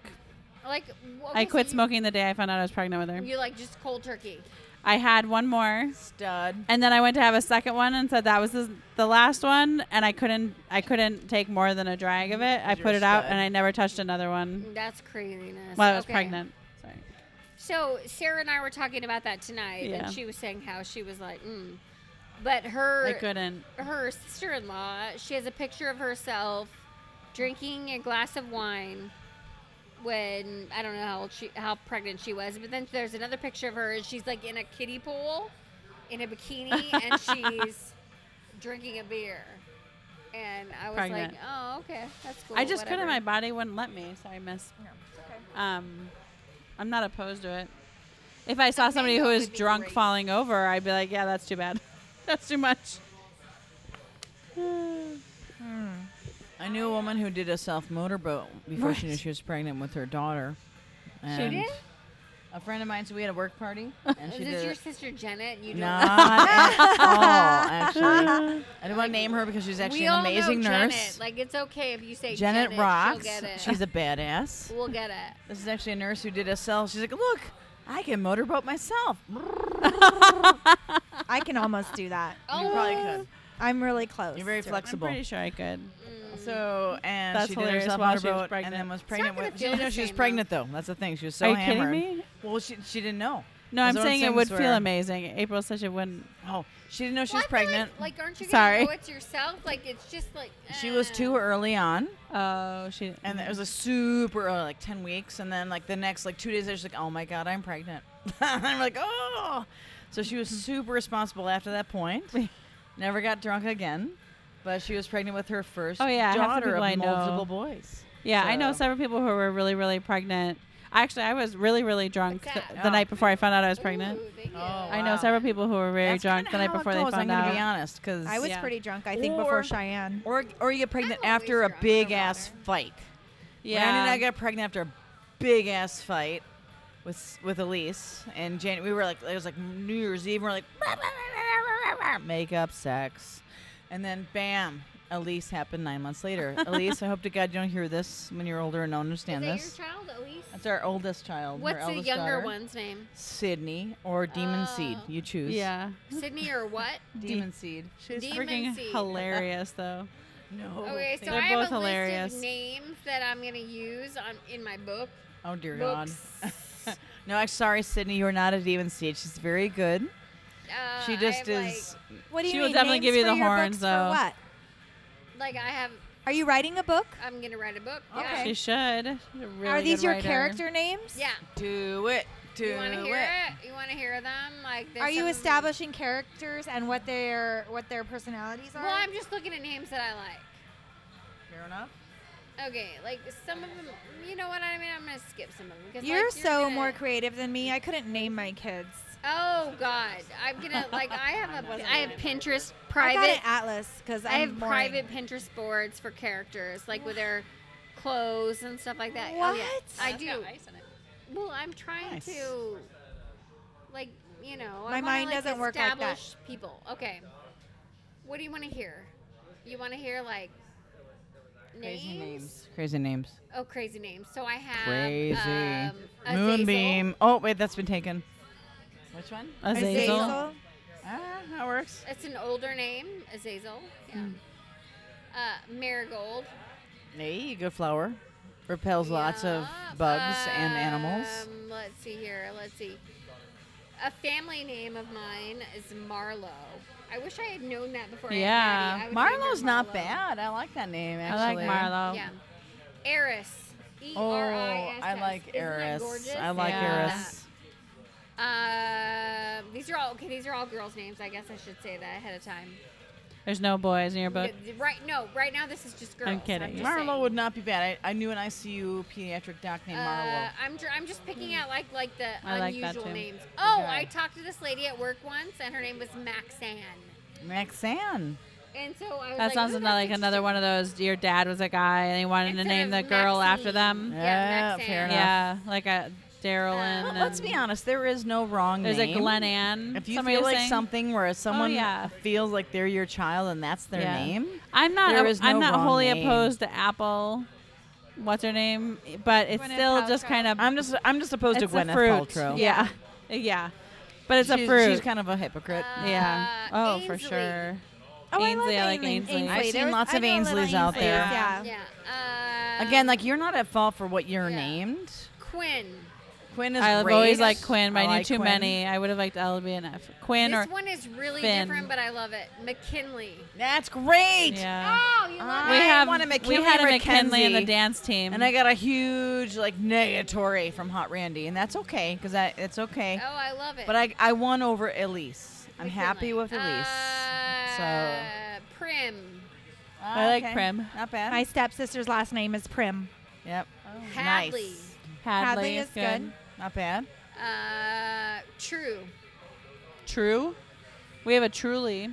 Like okay, I quit so you- smoking the day I found out I was pregnant with her. You like just cold turkey. I had one more, Stud. and then I went to have a second one, and said that was the, the last one, and I couldn't. I couldn't take more than a drag of it. I You're put it out, stud. and I never touched another one That's craziness. while I was Okay. pregnant. Sorry. So Sarah and I were talking about that tonight, Yeah. and she was saying how she was like, mm. but I her couldn't. her sister in law, she has a picture of herself drinking a glass of wine when I don't know how old she how pregnant she was, but then there's another *laughs* picture of her, and she's like in a kiddie pool in a bikini, and she's drinking a beer. And I was Pregnant. like, oh, okay, that's cool. I just couldn't. My whatever." body wouldn't let me. Sorry, miss. Um, I'm not opposed to it. If I saw somebody who mango was would be drunk great. falling over, I'd be like, yeah, that's too bad. *laughs* that's too much. I knew a woman who did a self motorboat before she knew Right. she was pregnant with her daughter. She And did? A friend of mine, so we had a work *laughs* party, and Is she this did. your it. sister Janet? You don't know? Not at all, actually. *laughs* I didn't want to name her because she's actually we an all amazing know nurse. Janet. Like it's okay if you say Janet, Janet, rocks. She'll get it. She's a *laughs* badass. we'll get it. This is actually a nurse who did a self. She's like, look, I can motorboat myself. I can almost do that. Oh, You probably could. I'm really close. You're very to it. flexible. I'm pretty sure I could. So and That's she did hilarious, herself while on she was boat pregnant. and then was not pregnant gonna with. She feel didn't the know she was same, pregnant though. That's the thing. She was so Are you kidding hammered. me? Well, she she didn't know. No, That's I'm what saying it would to feel her. amazing. April said she wouldn't. Oh, she didn't know she Well, was I feel like- pregnant. Like, aren't you Sorry. gonna know it's yourself? Like it's just like she was eh. too early on, Oh, she. and it was a super early, like ten weeks, and then like the next like two days, I was like, oh my god, I'm pregnant. *laughs* I'm like, oh. So she was Mm-hmm. super responsible after that *laughs* point. Never got drunk again, but she was pregnant with her first Oh, yeah, half the daughter people of I know. multiple boys. Yeah, I know So- several people who were really, really pregnant. Actually, I was really, really drunk What's th- that? the Oh. night before I found out I was pregnant. Ooh, thank you. Oh, I know wow. several people who were very That's drunk the kinda night how it before they goes, found I'm out. gonna be honest, because I was Yeah. pretty drunk, I think, before Or- Cheyenne. or or you get pregnant I'm always after a drunk or big water. ass fight. Yeah. Randy and I got pregnant after a big ass fight with with Elise and Jan. We were like, it was like New Year's Eve. And we're like, makeup, sex, and then bam, Elise happened nine *laughs* months later. Elise, I hope to God you don't hear this when you're older and don't Is understand that this. your child, Elise? That's our oldest child. her What's the eldest younger daughter, one's *laughs* name? Sydney or Demon Oh. Seed. You choose. yeah. Sydney or what? Demon Seed. She's Demon freaking seed. hilarious, though. No. Okay, so They're I have both a hilarious. list of names that I'm gonna use on in my book. Oh dear *laughs* God. Books. no, I'm sorry, Sydney. You're not a Demon Seed. She's very good. Uh, She I have, just is. What do you She will mean, definitely names give you for the your horns, books though. For what? Like, like I have, Are you writing a book? I'm gonna write a book. Okay. She should. She's a really Are these good your writer. character names? Yeah. Do it. Do yeah. You want to hear it? You want to hear them? Like, there's Are you some- establishing characters and what their what their personalities are? Well, I'm just looking at names that I like. Fair enough. Okay, like some of them. You know what I mean? I'm gonna skip some of them. 'cause, like, you're so gonna- more creative than me. I couldn't name my kids. Oh God, I'm *laughs* gonna like I have a I have Pinterest I got an private. atlas because I have private Pinterest boards for characters, like with their clothes and stuff like that. Oh, yeah. What? I do. Well, I'm trying Nice. to, like you know, I My wanna, mind like, doesn't work like that. establish People, okay. What do you want to hear? You want to hear like names? Crazy names. Crazy names. Oh, crazy names. So I have Crazy. Um, Azazel. Moonbeam. Oh wait, that's been taken. Which one? Azazel. Azazel. Ah, that works. It's an older name, Azazel. Yeah. Hmm. Uh, Marigold. Hey, good flower. Repels lots of Yup. bugs and animals. Um, let's see here. Let's see. A family name of mine is Marlowe. I wish I had known that before. I had Yeah. Maddie. I would name her Marlowe's not Marlo. bad. I like that name I actually. like Marlo. Yeah. Eris. E Oh, R I S S. I like Isn't that Eris. gorgeous? I like Yeah. Eris. Uh, these are all okay. These are all girls' names. I guess I should say that ahead of time. There's no boys in your book. Yeah, right? No. Right now, this is just girls. kidding. just saying. Marlo would not be bad. I, I knew an ICU pediatric doc named Marlo. Uh, I'm, dr- I'm just picking out like like the I like that unusual too. names. Oh, Okay. I talked to this lady at work once, and her name was Maxanne. Maxanne. And so I was That like, sounds "Ooh, another, like that's another one of those. Your dad was a guy, and he wanted interesting." to name the Instead of girl Maxine. after them. Yeah, Yeah, fair Maxanne. enough. Yeah, like a Daryl and. *laughs* Well, let's be honest. There is no wrong There's name. a Glen Ann. If you somebody feel was like saying. "Oh, something where someone yeah. feels like they're your child and that's their Yeah. name, I'm not. There is I'm no not wrong wholly name. opposed to Apple. What's her name? But it's Gwyneth still just Paltrow. kind of. I'm just I'm just opposed it's to a Gwyneth fruit. Paltrow. Yeah, Uh, yeah. But it's she's, a fruit. She's kind of a hypocrite. Uh, yeah. Oh, for Ainsley. sure. Oh, Ainsley, I I like love Ainsley. Ainsley. I've seen There was- lots I of know little Ainsleys out Ainsley's, there. Yeah. Yeah. Um, Again, like you're not at fault for what you're yeah. named. Quinn. Quinn is. I've great. always liked Quinn, but I, knew like too Quinn. many. I would have liked L, B, and F. Quinn or This one is really Finn. different, but I love it. McKinley. That's great. yeah. Oh, you love Uh, we I it. have want a we McKinley had a McKinley Mackenzie. in the dance team, And I got a huge like negatory from Hot Randy, and that's okay because I it's okay. Oh, I love it. But I I won over Elise. I'm McKinley. happy with Elise. Uh, Prim. I like Prim. Not bad. My stepsister's last name is Prim. Yep. Hadley. Nice. Hadley, Hadley is, is good. good. Not bad. Uh, true. True. We have a truly.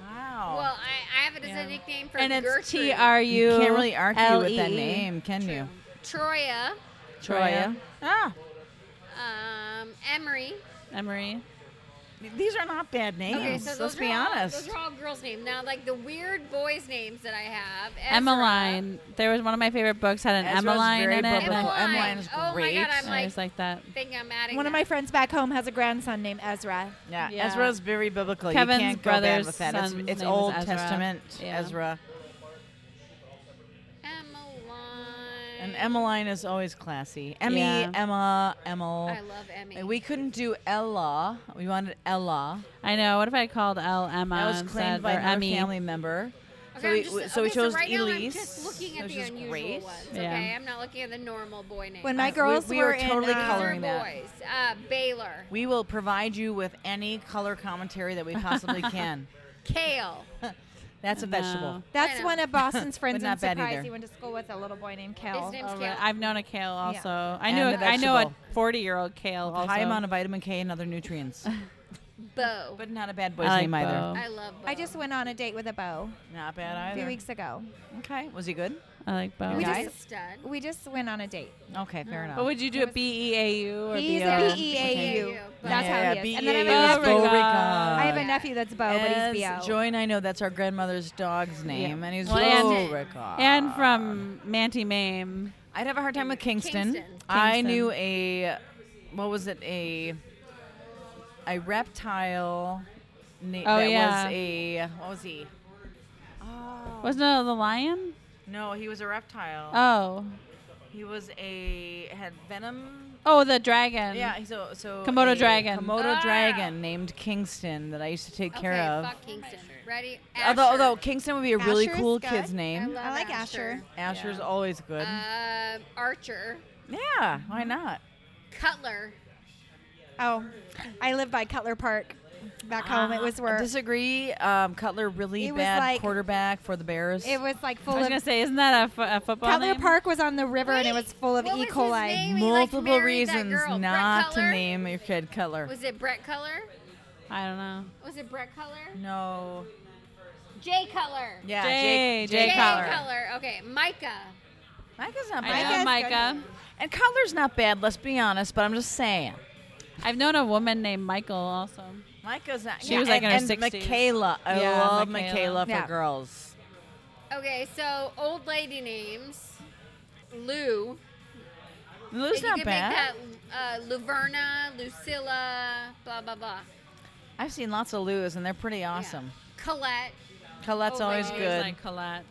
Wow. Well, I, I have it as Yeah. a nickname for And it's Gertrude. T R U. you can't really argue with that L E. name, can you? Troya. Troya. Ah, Um, Emery. Emery. these are not bad names. Let's those be are all- honest. Those are all girls' names. Now, like the weird boys' names that I have. Ezra. Emmeline. There was one of my favorite books had an Ezra's Emmeline very in it. public. Emmeline. Well, Emmeline's oh great. my god, I'm I like, always like that. think I'm adding One of that. my friends back home has a grandson named Ezra. yeah. Yeah. Ezra's very biblical. Kevin's you can't go bad brother's with that. It's, son's it's name is Old Ezra. Testament Yeah. Ezra. Emmeline. And Emmeline is always classy. Emmy, Yeah. Emma, Emil. I love Emmy. And we couldn't do Ella. We wanted Ella. I know. What if I called L Emma that was instead claimed by or another Emmy? family member. Okay, so I'm we, just- w- so we okay, chose right now I'm Elise, just looking at which the is unusual great. ones. Yeah. Okay, I'm not looking at the normal boy names. When my Uh, we- girls we were are in, totally uh, These are coloring that. boys. Uh, Baylor, We will provide you with any color commentary that we possibly can. Kale, That's a No. vegetable. I That's know. one of Boston's friends in not bad Surprise. either. He went to school with a little boy named his Kel. name's Oh, Kale. right. I've known a kale Yeah. also. I And know. a A, I know a vegetable. forty-year-old kale also. High amount of vitamin K and other *laughs* nutrients, Bo. but not a bad I boy's like name either. Bo. I love Bo. I just went on a date with a bow Not bad a either. few weeks ago. Okay, was he good? I like Bo. Oh. We He's just- a stud. We just went on a date. Okay, fair enough. But would you do it was- B E A U or He's B E O? a B-E-A-U. Okay. That's yeah, E how he is. And then I have a nephew. B-E-A-U. Bo Bo Rica. I have a Yeah. nephew that's Bo, but he's B-O. Joy and I know that's our grandmother's dog's name, and he's Well, and- Bo Rica. And from Manti Mame. I'd have a hard time with Kingston. Kingston. I Kingston. knew a what was it a a reptile na- Oh, that yeah. was a what was he? Wasn't it the lion? No, he was a reptile. Oh. he was a had venom. Oh, the dragon. Yeah, so so Komodo a dragon. Komodo Ah! dragon named Kingston that I used to take care okay, of. Fuck Kingston. Ready? Although, Asher. although Kingston would be a really Asher's cool good. kid's I, name. love I like Asher. Asher's always good. Um, Archer, yeah, why mm-hmm. not? Cutler. Oh, I live by Cutler Park back home. It was I where disagree. Um, Cutler really It was bad like- quarterback for the Bears. it was like I full was of gonna say, isn't that a, fo- a football Cutler name? Park was on the river and it Wait, was full of what E. was his coli. name? He, like, multiple married that reasons girl, Brett not to Cutler? name your kid Cutler. Was it Brett Cutler? I don't know. Was it Brett Cutler? no. Jay Cutler. Yeah, Jay- Jake, Jay Jake Cutler. Cutler. Okay, Micah. Micah's not I bad. know guess- Micah. And Cutler's not bad, let's be honest, but I'm just saying. I've known a woman named Michael also. Micah's not She was, like, and, in her and 60s. Michaela. I Yeah, love Michaela. Michaela, for Yeah. girls. Okay, so old lady names. Lou. Lou's And you not can bad. make that uh, Luverna, Lucilla, blah blah blah. I've seen lots of Lou's, and they're pretty awesome. Yeah. Colette, Colette's Oh, always ladies, good. like Colette.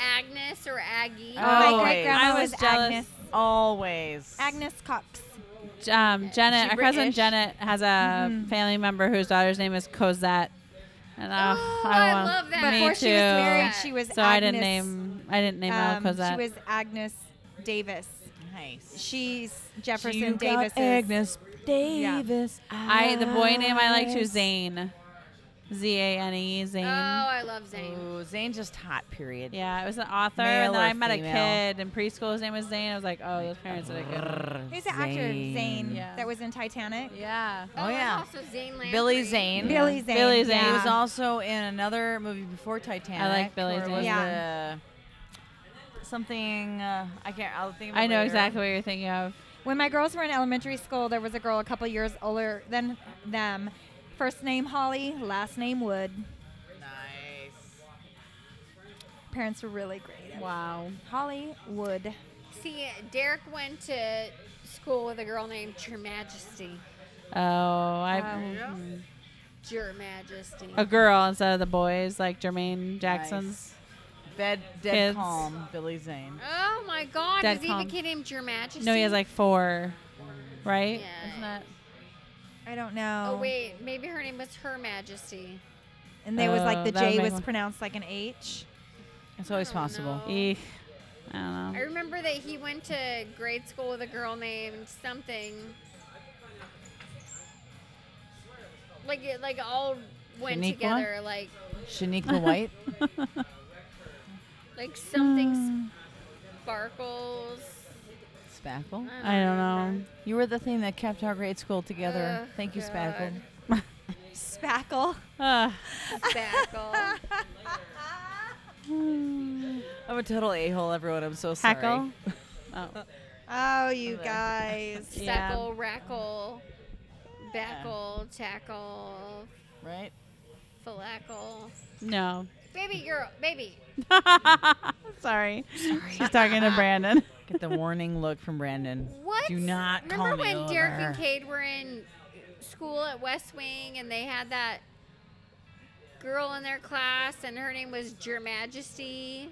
Agnes or Aggie. Oh, My always. great grandma I was, was jealous. Agnes. always. Agnes Cox. J- Um, Janet, she our cousin British? Janet has a Mm-hmm. family member whose daughter's name is Cosette. And uh, Oh, I, I want- love that. Me Before too. she was married, she was so Agnes. I didn't name. I didn't name out Um, Cosette. she was Agnes Davis. Nice. She's Jefferson You got Davis. Agnes Davis. I the boy name I liked was Zane. Z A N E Oh, Zane. I love Zane. Ooh, Zane's just hot, period. Yeah, it was an author, Male and then or I met female? a kid in preschool. His name was Zane. I was like, oh, those parents did a good. One. Who's the actor? Zane. Yeah. That was in Titanic. Yeah. Oh, Oh, and yeah. Also Zane Landry. Billy Zane. Billy Zane. Billy Zane. Yeah. He was also in another movie before Titanic. Billy where it Zane. was Yeah. the- something uh, I can't. I'll think. Of it I know later. exactly what you're thinking of. When my girls were in elementary school, there was a girl a couple years older than them. First name Holly, last name Wood. Nice. Parents were really great. Wow. Holly Wood. See, Derek went to school with a girl named Your Majesty. Oh, I Wow. mhm. Your Majesty. a girl instead of the boys like Jermaine Jackson's. Bed, dead Kids. calm. Billy Zane. Oh my God! Dead Is he even calm. kid named Your Majesty? No, he has like four, right? Yeah. Isn't that? I don't know. um, Oh wait, maybe her name was Her Majesty. And they was Oh, like the that would J make was one. pronounced like an H. It's always I don't possible. know. Eek. I don't I know. remember that he went to grade school with a girl named something. Like it, like all went Shaniqua? together. Like Shaniqua White. *laughs* Like Hmm. something sparkles. Spackle. I don't know. You were the thing that kept our grade school together. Ugh, Thank you, Spackle. Spackle. Ah, Spackle. I'm a total a hole, everyone. I'm so sorry. hackle. Oh. Oh, you *laughs* guys. Speckle, Yeah. rackle, backle, tackle, Right? falackle. No. Baby girl, baby. Sorry. She's talking *laughs* to Brandon. Get the warning look from Brandon. What? Do not remember call me when Derek and over. Cade were in school at West Wing and they had that girl in their class and her name was Your Majesty.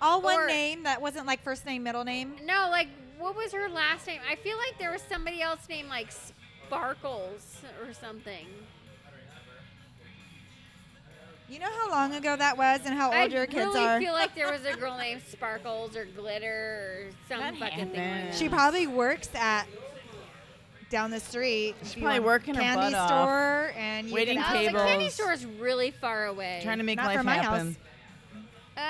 All one Or- name that wasn't like first name, middle name. No, like what was her last name? I feel like there was somebody else named like Sparkles or something. You know how long ago that was and how I old your kids really are. feel like there was a girl named Sparkles or Glitter or some That fucking thing. Like happened. that. she probably works at down the street. She's probably working her candy butt off, store and you waiting get No, out. the candy tables. store is really far away. Trying to make Not life for my happen. house. Uh,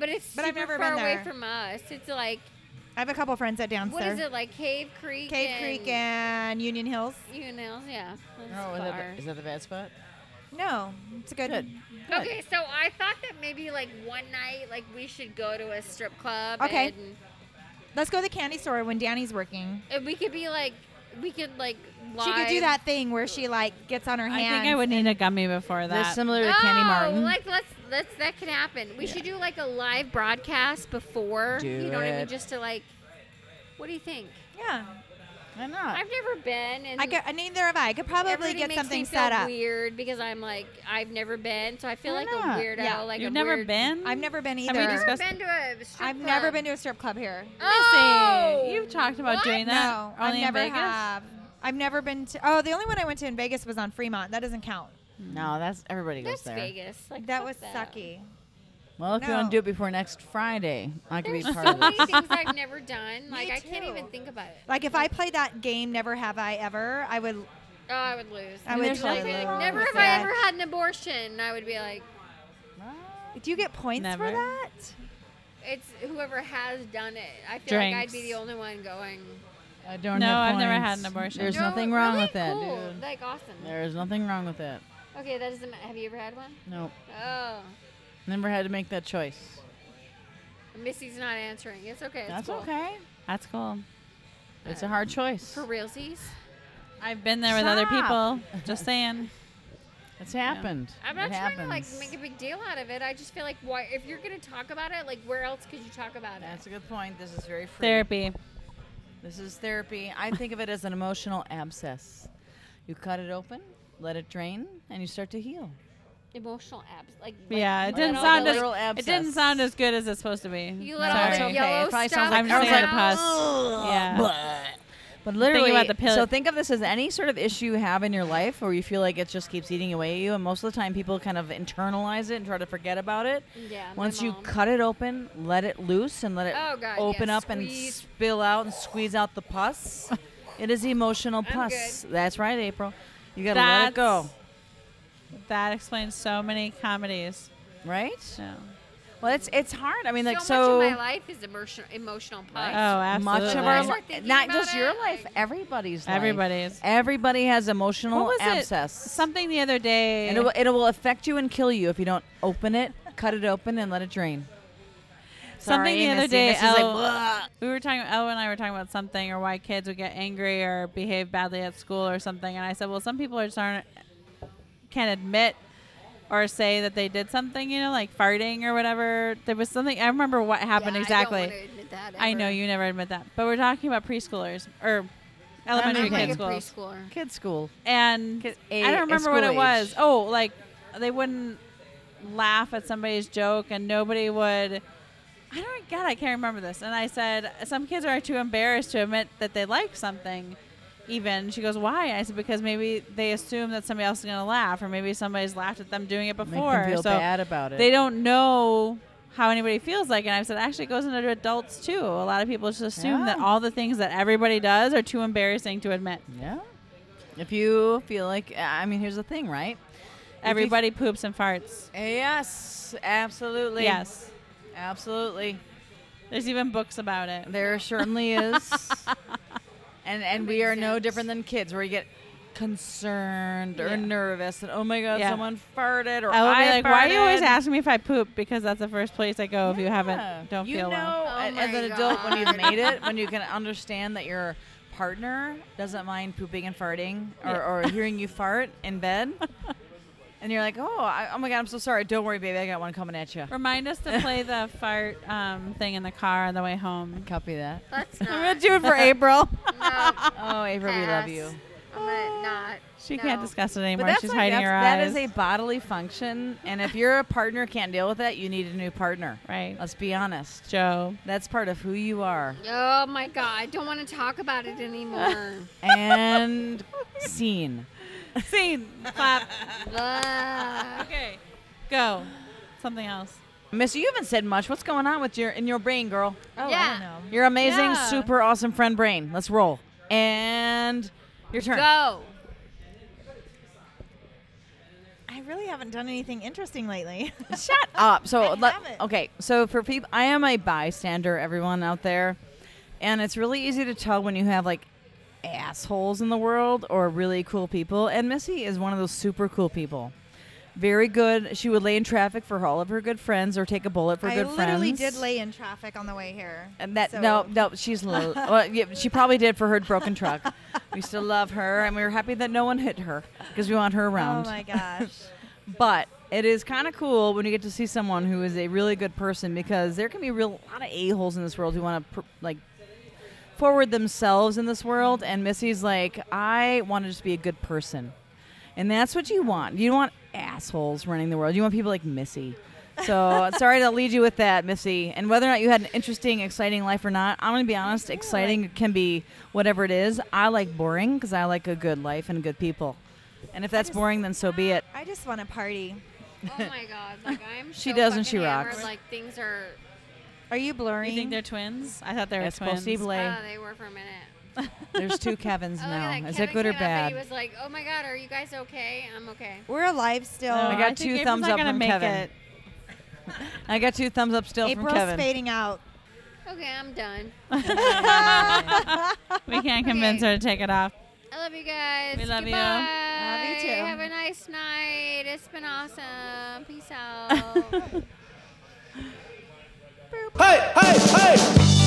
but it's But I've super never far been away there. from us. It's like I have a couple friends that downs what there. is it like Cave Creek? Cave Creek and Union Hills. you know, yeah. that's Oh, is, that far. the, is that the bad spot? No, it's a good. Good. Okay, so I thought that maybe like one night, like we should go to a strip club. Okay. And, Let's go to the candy store when Danny's working. and we could be like, we could like. Live. She could do that thing where she like gets on her I hands. think I would need a gummy before That's that. similar to Oh, Candy Martin. like let's let's that could happen. We should do like a live broadcast before. Do you know what I mean? it. Just to like, what do you think? Yeah, Why not? I've never been, and Uh, I could. I neither have I. I could probably everybody get makes something me set feel up. Weird because I'm like I've never been, so I feel Why like not? a weirdo. Yeah. Like You've a never weird- been? I've never been either. we I've never discussed- been to a strip I've club. never been to a strip club here. Oh, Missy, You've talked about What? doing that. No, I've only in never Vegas? have. I've never been to. Oh, the only one I went to in Vegas was on Fremont. That doesn't count. no, that's everybody goes That's there. Vegas. Like that fuck was sucky. Well, if you want No. to do it before next Friday, I could be There's so part of many this. things *laughs* I've never done. Like I can't too. even think about it. Like if I played that game, never have I ever. I would. Oh, I would lose. I would I'd be totally like, lose. never have Yeah. I ever had an abortion. And I would be like, Do you get points Never. for *laughs* that? it's whoever has done it. I feel like I'd be the Drinks. only one going. I don't No, have I've never points. had an abortion. There's "No, nothing wrong really? with that, Cool. dude. Like awesome. There's nothing wrong with that. Okay, that doesn't. ma- Have you ever had one? Nope. Oh, Never had to make that choice. Missy's not answering. It's okay. It's That's cool. okay. That's cool. It's a hard choice. For realsies, I've been there with other Stop. people. Just saying. It's happened. I'm not it trying happens. to like make a big deal out of it. I just feel like why if you're gonna talk about it, like where else could you talk about That's it? a good point. This is very free. Therapy. This is therapy. I think of it as an emotional abscess. You cut it open, let it drain, and you start to heal. Emotional abs, like, like Yeah, you it let didn't all sound the, as like, Literal it didn't abscess. sound as good as it's supposed to be. you let all Sorry. the okay. yellow It probably stuff sounds like- I'm just come like a out. pus. Yeah. But literally, about the pill- so think of this as any sort of issue you have in your life where you feel like it just keeps eating away at you, and most of the time people kind of internalize it and try to forget about it. Yeah, my Once you mom. cut it open, let it loose and let it Oh, God, open yeah, up and squeeze. spill out and squeeze out *laughs* the pus. it is emotional pus. That's right, April. You gotta let it go, That's- That explains so many comedies. right? No. Well, it's it's hard. I mean, like so so. much of my life is emotional emotional pus. Oh, absolutely. Much of I our start life, thinking not about just your it, life, like- everybody's life. Everybody's. Everybody has emotional What was abscess. it? Something the other day. And it will, it will affect you and kill you if you don't open it, cut it open, and let it drain. Something Sorry, the other Missy. day, Missy's like, Elle- "Bleh." we were talking. Elle and I were talking about something, or why kids would get angry or behave badly at school or something. And I said, well, some people are just aren't can admit or say that they did something. You know, like farting or whatever. There was something. I remember what happened Yeah, exactly. I, don't wanna admit that I know ever. you never admit that, but we're talking about preschoolers or elementary I'm like kids a schools. preschooler. Kids school. and Kid- I a- I a don't remember what school it was. age. Oh, like they wouldn't laugh at somebody's joke, and nobody would. I don't. God, I can't remember this. And I said, some kids are too embarrassed to admit that they like something. Even she goes, why? And I said because maybe they assume that somebody else is going to laugh, or maybe somebody's laughed at them doing it Make before. them feel so bad about it. they don't know how anybody feels like. And I've said actually it goes into adults too. A lot of people just assume that Yeah. all the things that everybody does are too embarrassing to admit. Yeah. If you feel like, I mean, here's the thing, right? Everybody poops and farts. Yes, absolutely. Yes. absolutely. There's even books about it. There certainly *laughs* is. and and we makes are no sense. different than kids where you get concerned Yeah. or nervous and oh my god Yeah. someone farted or I will I be like, why are you always farted." asking me if I poop? Because that's the first place I go if you Yeah. haven't. Don't you feel know, well. Oh a- as my an adult when you've God. *laughs* made it, when you can understand that your partner doesn't mind pooping and farting or, or hearing you fart in *laughs* bed, and you're like, oh, I, oh my god, I'm so sorry. Don't worry, baby, I got one coming at you. Remind us to play *laughs* the fart um, thing in the car on the way home. Copy that. *laughs* Let's I'm gonna not. do it for April. *laughs* no, Oh, April, we love pass. you. I'm gonna not. She No. can't discuss it But anymore. that's She's like, hiding her that's- eyes. That is a bodily function, and if your partner can't deal with that, you need a new partner. right, Let's be honest. Joe. That's part of who you are. Oh my god, I don't want to talk about it anymore. *laughs* And scene. Scene. Clap. Blah. Okay. Go. Something else. Miss, you haven't said much. What's going on with your in your brain, girl? Oh, I Yeah. don't know. Your amazing, Yeah. super awesome friend brain. Let's roll. And your turn. *laughs* Go. I really haven't done anything interesting *laughs* lately. Shut *laughs* up. So I let- haven't. okay. So for people, I am a bystander. Everyone out there, and it's really easy to tell when you have like assholes in the world or really cool people. And Missy is one of those super cool people. Very good. She would lay in traffic for all of her good friends or take a bullet for I good friends. literally did lay in traffic on the way here. And that So- no, no, she's *laughs* little. well, yeah, she probably did for her broken truck. we still love her, and we were happy that no one hit her because we want her Oh around. my gosh. *laughs* but it is kind of cool when you get to see someone who is a really good person because there can be real lot of a holes in this world who want to pr- like forward themselves in this world. And Missy's like, I want to just be a good person, and that's what you want. You don't want assholes running the world. You want people like Missy. So *laughs* sorry to lead you with that, Missy. And whether or not you had an interesting, exciting life or not, I'm gonna be honest. Exciting can be whatever it is. I like boring because I like a good life and good people. And if that's just- boring, then so be it. I just want to party. Oh my god, like I'm. She so does and fucking she hammered, rocks. Like things are. Are you blurring? You think they're twins? I thought they were That's twins. possible. Oh, Hey. they were for a minute. There's *laughs* two Kevins Oh, look now. at that. Is Kevin that good or came up and bad? He was like, "Oh my god, are you guys okay? I'm okay." We're alive still. No, I got Oh, think two April's thumbs not up gonna from make Kevin. it. I got two thumbs up still April's from Kevin. fading out. Okay, I'm done. We *laughs* can't convince her to take it off. I love you guys. We love you. Goodbye. Love you too. Have a nice night. It's been awesome. Peace out. Hey, hey, hey!